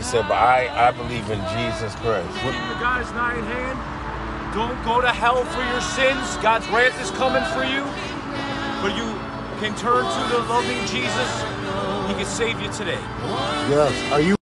said, but I, I believe in Jesus Christ. Keep the God's nine hand. Don't go to hell for your sins. God's wrath is coming for you. But you can turn to the loving Jesus. He can save you today. Yes. Are you